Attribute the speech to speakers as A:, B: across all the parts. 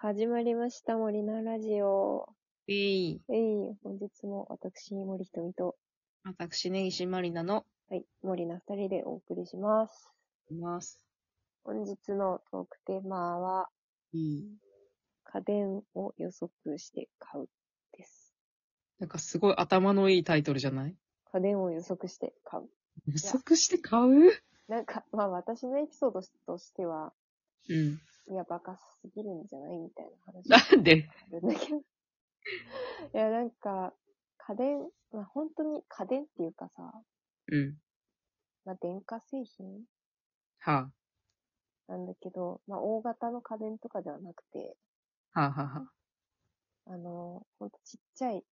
A: 始まりました、森菜ラジオ。
B: えい、
A: えい、本日も私、森ひとみと、
B: 私、根岸まりなの、
A: はい、森菜二人でお送りします。
B: います。
A: 本日のトークテーマは、
B: いい。
A: 家電を予測して買うです。
B: なんかすごい頭のいいタイトルじゃない
A: 家電を予測して買う。
B: 予測して買う
A: なんか、まあ私のエピソードとしては、
B: うん。
A: いや、バカすぎるんじゃないみたいな話が
B: なんで
A: あるんだけど。いや、なんか、家電、まあ本当に家電っていうかさ、
B: うん。
A: まあ電化製品
B: は
A: なんだけど、まあ、大型の家電とかではなくて、
B: あ、はあ、はあ、はあ。
A: あの、ほんとちっちゃい、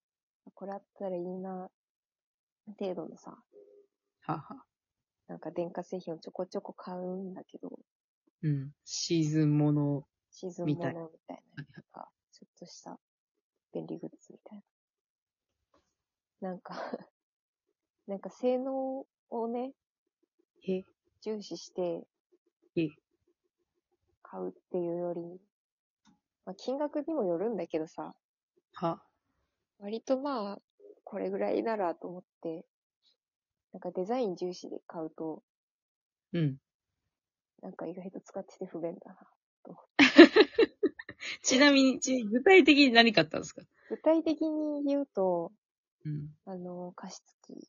A: これあったらいいな、程度のさ、
B: はあ、はあ。
A: なんか電化製品をちょこちょこ買うんだけど、
B: うん。シーズンもの。
A: シーズン
B: み
A: も
B: た
A: の
B: い
A: みたいな、なんか、ちょっとした便利グッズみたいな。なんか、 なんか性能をね、
B: へ、
A: 重視して
B: へ、
A: 買うっていうより、まあ、金額にもよるんだけどさ、
B: は。
A: 割とまあ、これぐらいならと思って、なんかデザイン重視で買うと、
B: うん。
A: なんか意外と使ってて不便だな。
B: ちなみに、ち具体的に何買ったんですか
A: 具体的に言うと、
B: うん。
A: あの、加湿器。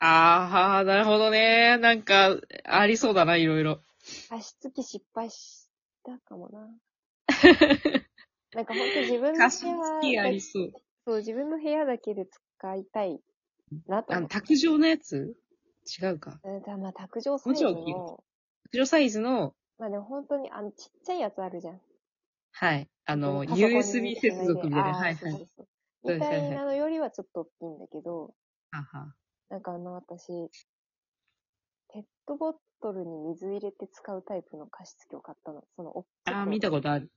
B: ああ、はあ、なるほどね。なんか、ありそうだな、いろいろ。
A: 加湿器失敗したかもな。 なんかほんと自分の
B: 貸し
A: 部
B: 付き
A: 屋
B: あ
A: だ
B: りそう。
A: そう、自分の部屋だけで使いたいなと
B: あ
A: 思
B: の、
A: って。
B: 卓上のやつ違うか。
A: うんだまあ、卓上サイズ
B: もちろんいい
A: の、
B: 卓上サイズの、
A: まあでも本当に、あの、ちっちゃいやつあるじゃん。
B: はい。あ
A: パ
B: の、
A: ソコンに
B: USB 接続みたいな。
A: あー
B: はい、はい。
A: そうそうそう
B: はい
A: みたいなのよりはちょっと大きいんだけど、
B: はあはあ
A: なんかあの私、ペットボトルに水入れて使うタイプの加湿器を買ったの。その、おっきく
B: ああ、見たことある。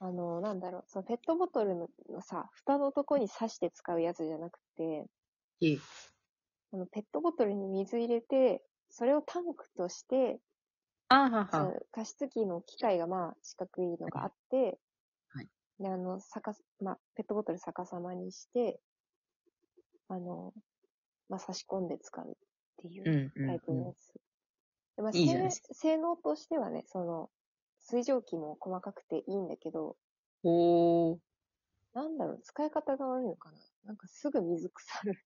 A: あの、なんだろう、そのペットボトルのさ、蓋のとこに刺して使うやつじゃなくて、
B: いい
A: あのペットボトルに水入れて、それをタンクとして、
B: あーは
A: そ
B: あ
A: の
B: は
A: 加湿器の機械がまあ四角いのがあって、
B: はい、
A: で、あの、逆さ、まあ、ペットボトル逆さまにして、あの、まあ、差し込んで使うっていううん
B: う
A: タイプ
B: ん、
A: のやつ。でまあ、
B: いいじゃないで
A: 性性能としてはね、その、水蒸気も細かくていいんだけど、
B: おー、
A: なんだろう、使い方が悪いのかななんかすぐ水腐る。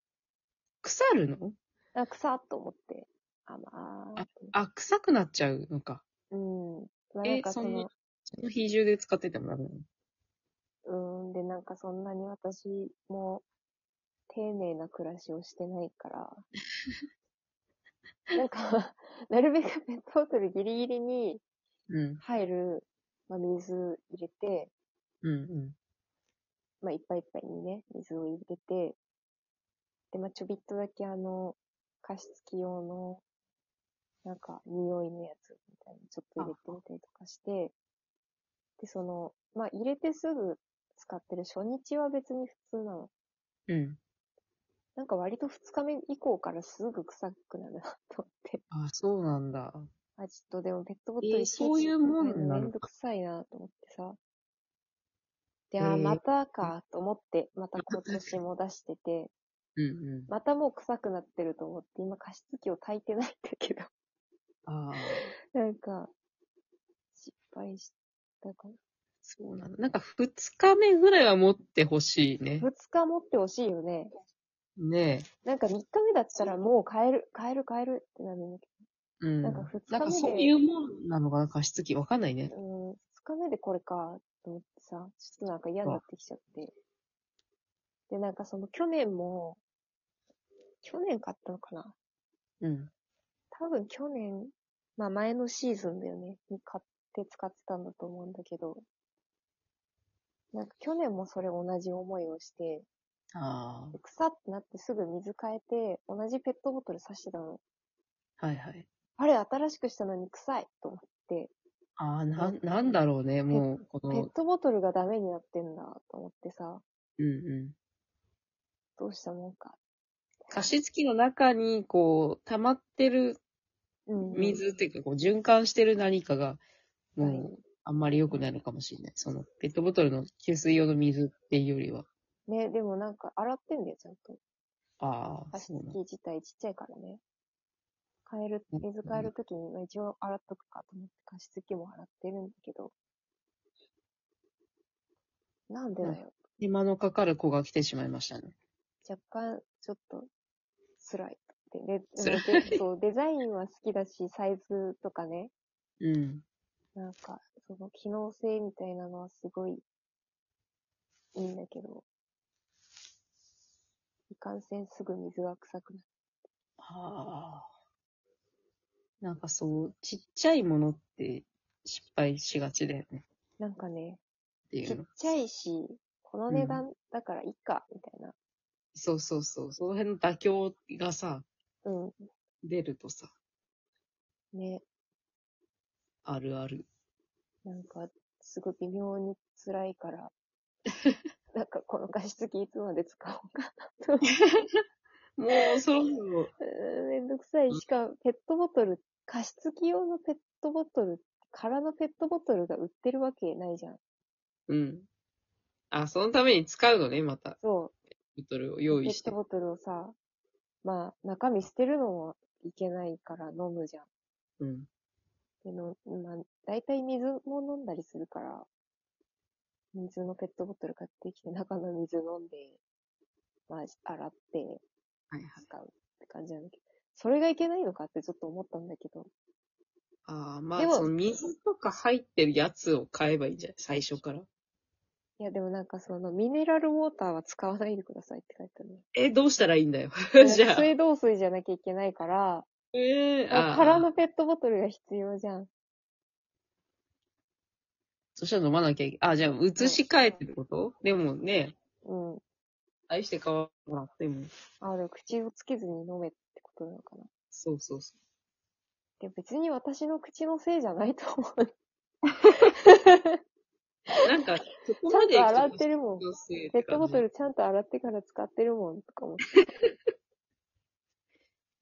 B: 腐るの
A: あ、腐っと思って。あ、まあーって、
B: あ、臭くなっちゃうのか。
A: うん。まあ、
B: え
A: なんかそ
B: そ
A: の
B: ん、なその比重で使っててもダメなの
A: うーん、で、なんかそんなに私も丁寧な暮らしをしてないから、なんか、なるべくペットボトルギリギリに
B: うん、
A: 入る、まあ、水入れて、
B: うん、
A: まあ、いっぱいいっぱいにね、水を入れて、で、まあ、ちょびっとだけあの、加湿器用の、なんか、匂いのやつみたいな、ちょっと入れてみたりとかして、で、その、まあ、入れてすぐ使ってる初日は別に普通なの。
B: うん。うん。
A: なんか割と二日目以降からすぐ臭くなるなと思って。
B: あ、そうなんだ。
A: あ、ちょっとでもペットボト
B: え
A: ル
B: ーそういうもんなのか
A: めんどくさいなと思ってさ。で、あ
B: え
A: ー、
B: ー
A: またかと思って、また今年も出してて、
B: うん、うん。
A: またもう臭くなってると思って、今加湿器を炊いてないんだけど、
B: ああ、
A: なんか、失敗したかな。
B: そうなんだ。なんか二日目ぐらいは持ってほしいね。
A: 二日持ってほしいよね。
B: ね
A: なんか三日目だったらもう変える、変える変えるってなるんだけ
B: え。うん。
A: な
B: なんん
A: か
B: か
A: 二日目で
B: そういうもんなのかな、加湿器。わかんないね。
A: ど、うん、二日目でこれかと思ってさ、ちょっとなんか嫌になってきちゃって。で、なんかその去年も、去年買ったのかな
B: うん。
A: 多分去年、まあ前のシーズンだよね、に買って使ってたんだと思うんだけど、なんか去年もそれ同じ思いをして、
B: あ
A: 腐ってなってすぐ水変えて、同じペットボトル刺してたの。
B: あ、はいはい。
A: あれ、新しくしたのに臭いと思って、
B: ああ、なん、なんだろうね、もう、こ
A: ペッ
B: の、
A: トボトルがダメになってんだと思ってさ、
B: うんうん。
A: どうしたもんか。
B: 加湿器の中に、こう、溜まってる
A: うん
B: 水っていうか、こう、循環してる何かが、もう、あんまり良くないのかもしれない。その、ペットボトルの給水用の水っていうよりは。
A: ね、でもなんか洗ってんだよ、ちゃんと。
B: ああ、
A: 加
B: そう
A: 湿
B: な
A: 器自体ちっちゃいからね。変える、
B: うん
A: 水変えるときに、まあ一応洗っとくかと思って加湿器も洗ってるんだけど。なんでだよ。
B: 手間のかかる子が来てしまいましたね。
A: 若干、ちょっと、辛い。で、で、
B: 辛
A: で
B: い
A: もでそう、デ ザインは好きだし、サイズとかね。
B: うん。
A: なんか、その機能性みたいなのはすごい、いいんだけど。いかんせんすぐ水が臭くなる。
B: はあ。なんかそう、ちっちゃいものって失敗しがちだよね
A: なんかね、
B: ってい
A: ちっ
B: う の。
A: ちゃいし、この値段だからいいか、みたいな。
B: そうそうそう。その辺の妥協がさ、
A: うん。
B: 出るとさ、
A: ね、
B: あるある。
A: なんか、すごい微妙に辛い から、なんかこの加湿器いつまで使おうかな と。
B: もうそろそろ、
A: うーんめんどくさい。しかも、ペットボトル、加湿器用のペットボトル、空のペットボトルが売ってるわけないじゃん。
B: うん。あ、そのために使うのね、また。
A: そ
B: ボトルを
A: う。
B: 用
A: ペ
B: 意
A: ッ
B: して
A: ト。ボトルをさ、まあ、中身捨てるのもいけないから飲むじゃん。
B: うん。
A: での、まあ、大体水も飲んだりするから、水のペットボトル買ってきて、中の水飲んで、まあ、洗って
B: はいはい。
A: 使うって感じなんだけど、それがいけないのかってちょっと思ったんだけど、
B: ああ、まあ、
A: でも
B: その水とか入ってるやつを買えばいいんじゃない最初から。
A: いや、でもなんかその、ミネラルウォーターは使わないでくださいって書いてあるね。
B: え、どうしたらいいんだよ。 じゃあ。
A: 水道水じゃなきゃいけないから、
B: えー、あ
A: 空
B: あ。
A: のペットボトルが必要じゃん。
B: そしたら飲まなきゃいけあ、じゃあ、移し替えてることでもね、
A: うん。
B: 愛して買わもらっても。
A: あ、でも口をつけずに飲めってことなのかな。
B: そうそうそ
A: でも別に私の口のせいじゃないと思う。
B: う。なんか、そこ
A: ちゃ
B: ま
A: ん
B: で
A: と洗ってるもん。
B: 女性
A: ペ
B: て
A: ット
B: 感
A: ボ
B: じ
A: トルちゃんと洗ってから使ってるもんとかも。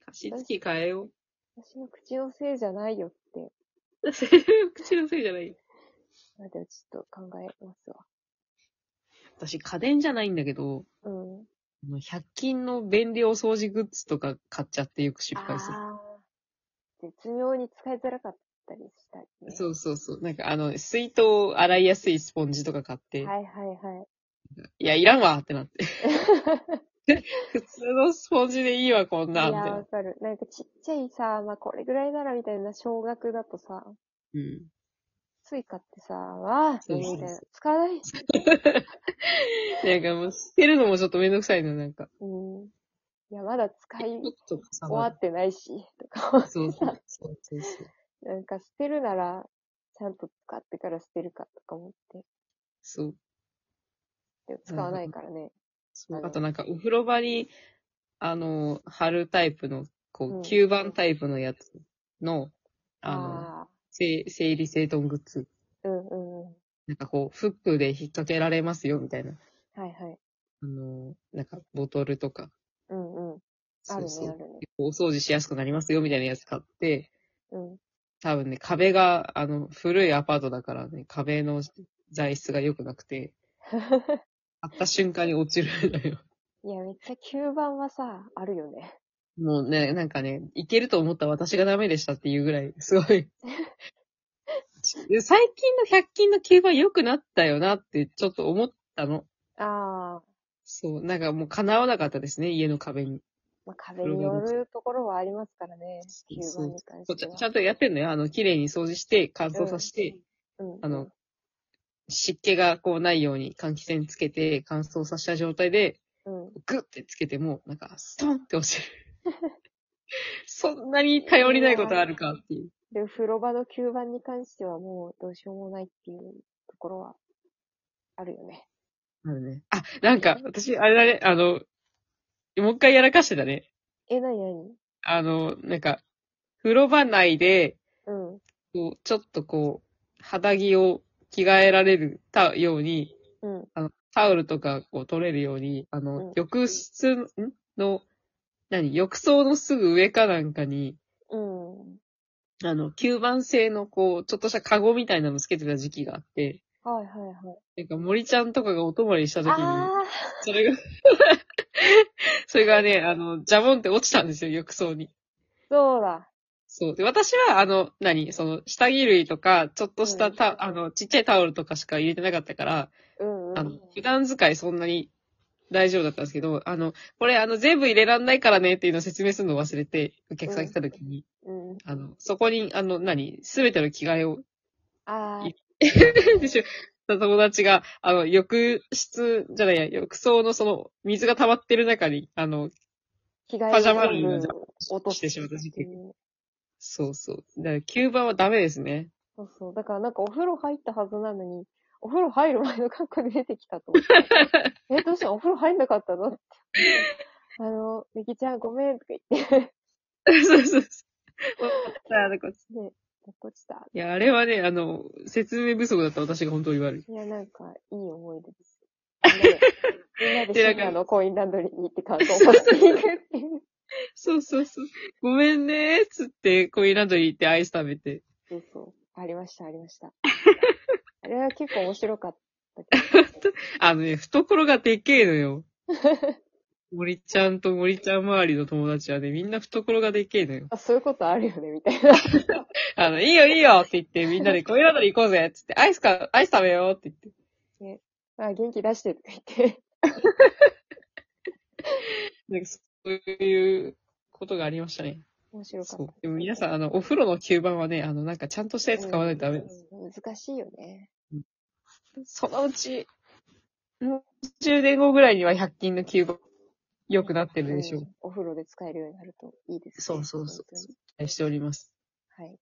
B: 加湿器変えよう。
A: 私の口のせいじゃないよって。
B: 口のせいじゃない。
A: まあ、でもちょっと考えますわ。
B: 私、家電じゃないんだけど、
A: うん。
B: あの100均の便利お掃除グッズとか買っちゃってよく失敗する。
A: あー絶妙に使いづらかったりしたり、ね。
B: そうそうそう。なんかあの、水筒を洗いやすいスポンジとか買って、
A: はいはいはい。
B: い、や、いらんわって なって。普通のスポンジでいいわ、こん
A: い
B: な
A: や
B: ん
A: ー
B: みたいな
A: わ。かる。なんかちっちゃいさ、まあこれぐらいならみたいな小学だとさ、
B: うん。
A: スイカってさ、わー
B: そう
A: み
B: そうそう
A: たいな。使わない。
B: なんかもう、捨てるのもちょっとめんどくさいの、なんか。
A: うん。いや、まだ使い
B: ちょっとさ、
A: 終わってないし、とか。
B: そうそうそうそうそう。
A: なんか捨てるなら、ちゃんと使ってから捨てるかとか思って。
B: そう。
A: でも使わないからね。
B: そう
A: あの
B: あとなんか、お風呂場に、あの、貼るタイプの、
A: う
B: こ
A: ん
B: う、吸盤タイプのやつの、あの、
A: あ
B: せい整理整頓グッズ。
A: あー、うんうんうん。
B: なんかこう、フックで引っ掛けられますよ、みたいな。
A: はいはい。
B: あの、なんか、ボトルとか。
A: うんうん。ある
B: そ
A: ね
B: うそう
A: あるね。
B: お掃除しやすくなりますよ、みたいなやつ買って、
A: うん。
B: 多分ね、壁が、あの、古いアパートだからね、壁の材質が良くなく て、あった瞬間に落ちるんだよ。
A: いや、めっちゃ吸盤はさ、あるよね。
B: もうね、なんかね、いけると思った私がダメでしたっていうぐらい、すご い。で最近の100均の吸盤良くなったよなって、ちょっと思ったの。
A: ああ、
B: そう、なんかもう叶わなかったですね、家の壁に。
A: まあ、壁によるところはありますからね。吸
B: そう
A: 盤に関
B: そうち
A: して
B: ゃ
A: は。
B: ちゃんとやってんのよ。あの、綺麗に掃除して、乾燥させて、
A: うん、
B: あの、湿気がこうないように換気扇つけて、乾燥させた状態で、
A: うん。
B: グッてつけても、なんか、ストンって落ちる。 そんなに頼りないことあるかっていう。
A: で、風呂場の吸盤に関してはもうどうしようもないっていうところはあるよね。
B: あるね。あ、なんか、私、あれだね、あの、もう一回やらかしてたね。
A: え、なになに
B: あの、なんか、風呂場内で、
A: うん。
B: こう、ちょっとこう、肌着を着替えられるたように、
A: うん。
B: あの、タオルとかこう取れるように、あの、
A: うん
B: 浴室のんの、何、浴槽のすぐ上かなんかに、
A: うん。
B: あの、吸盤製のこう、ちょっとしたカゴみたいなのつけてた時期があって、
A: はいはいはい。
B: なんか森ちゃんとかがお泊まりした時に、
A: あ
B: それが、 それがね、あの、ジャボンって落ちたんですよ、浴槽に。
A: ー、そうだ。
B: そう。で、私は、あの、何その、下着類とか、ちょっとした
A: うん
B: た、あの、ちっちゃいタオルとかしか入れてなかったから、
A: うんうん。
B: あの、普段使いそんなに大丈夫だったんですけど、あの、これ、あの、全部入れらんないからねっていうのを説明するのを忘れて、お客さん来た時に、
A: うん、
B: あの、そこに、あの、何すべての着替えを、
A: あ
B: いでしょ友達が、あの、浴室、じゃないや、浴槽のその、水が溜まってる中に、あの、
A: 着替えを
B: パジャマ類を
A: 全
B: じゃ
A: 部落と
B: してしまった時期
A: うん
B: そうそう。だから、吸盤はダメですね。
A: そうそう。だからなんかお風呂入ったはずなのに、お風呂入る前の格好で出てきたと思 って。え、どうしたのお風呂入んなかったのって。あの、ネギちゃんごめんとか言って、
B: そうそうそう。あのこっち
A: 落ちた。
B: いや、あれはね、あの、説明不足だった私が本当に悪い。
A: いや、なんか、いい思い出 です。みんなで、みんなで深夜のコインランドリーに行って観光をしていくっていう。
B: そうそうそう。ごめんねーっつって、コインランドリー行ってアイス食べて。
A: そうそう。ありました、ありました。あれは結構面白かったけ
B: あのね、懐がでっけえのよ。森ちゃんと森ちゃん周りの友達はね、みんな懐がでっけえのよ。
A: ど、あそういうことあるよね、みたいな。
B: あの、いいよいいよって言って、みんなでコインランドリー行こうぜっつって、アイスか、アイス食べようって言って。
A: あ、元気出してとか言って。
B: なんかそういうことがありましたね。
A: 面白か
B: そ
A: っ
B: う
A: た。。
B: でも皆さん、あの、お風呂の吸盤はね、あの、なんかちゃんとしたやつ買わないとダメです。
A: うん難しいよね。
B: そのうち、もう10年後ぐらいには100均の吸盤、良くなってるでしょう
A: う。んお風呂で使えるようになるといいですね。
B: そうそうそう
A: 本当に
B: 期待しております。
A: はい。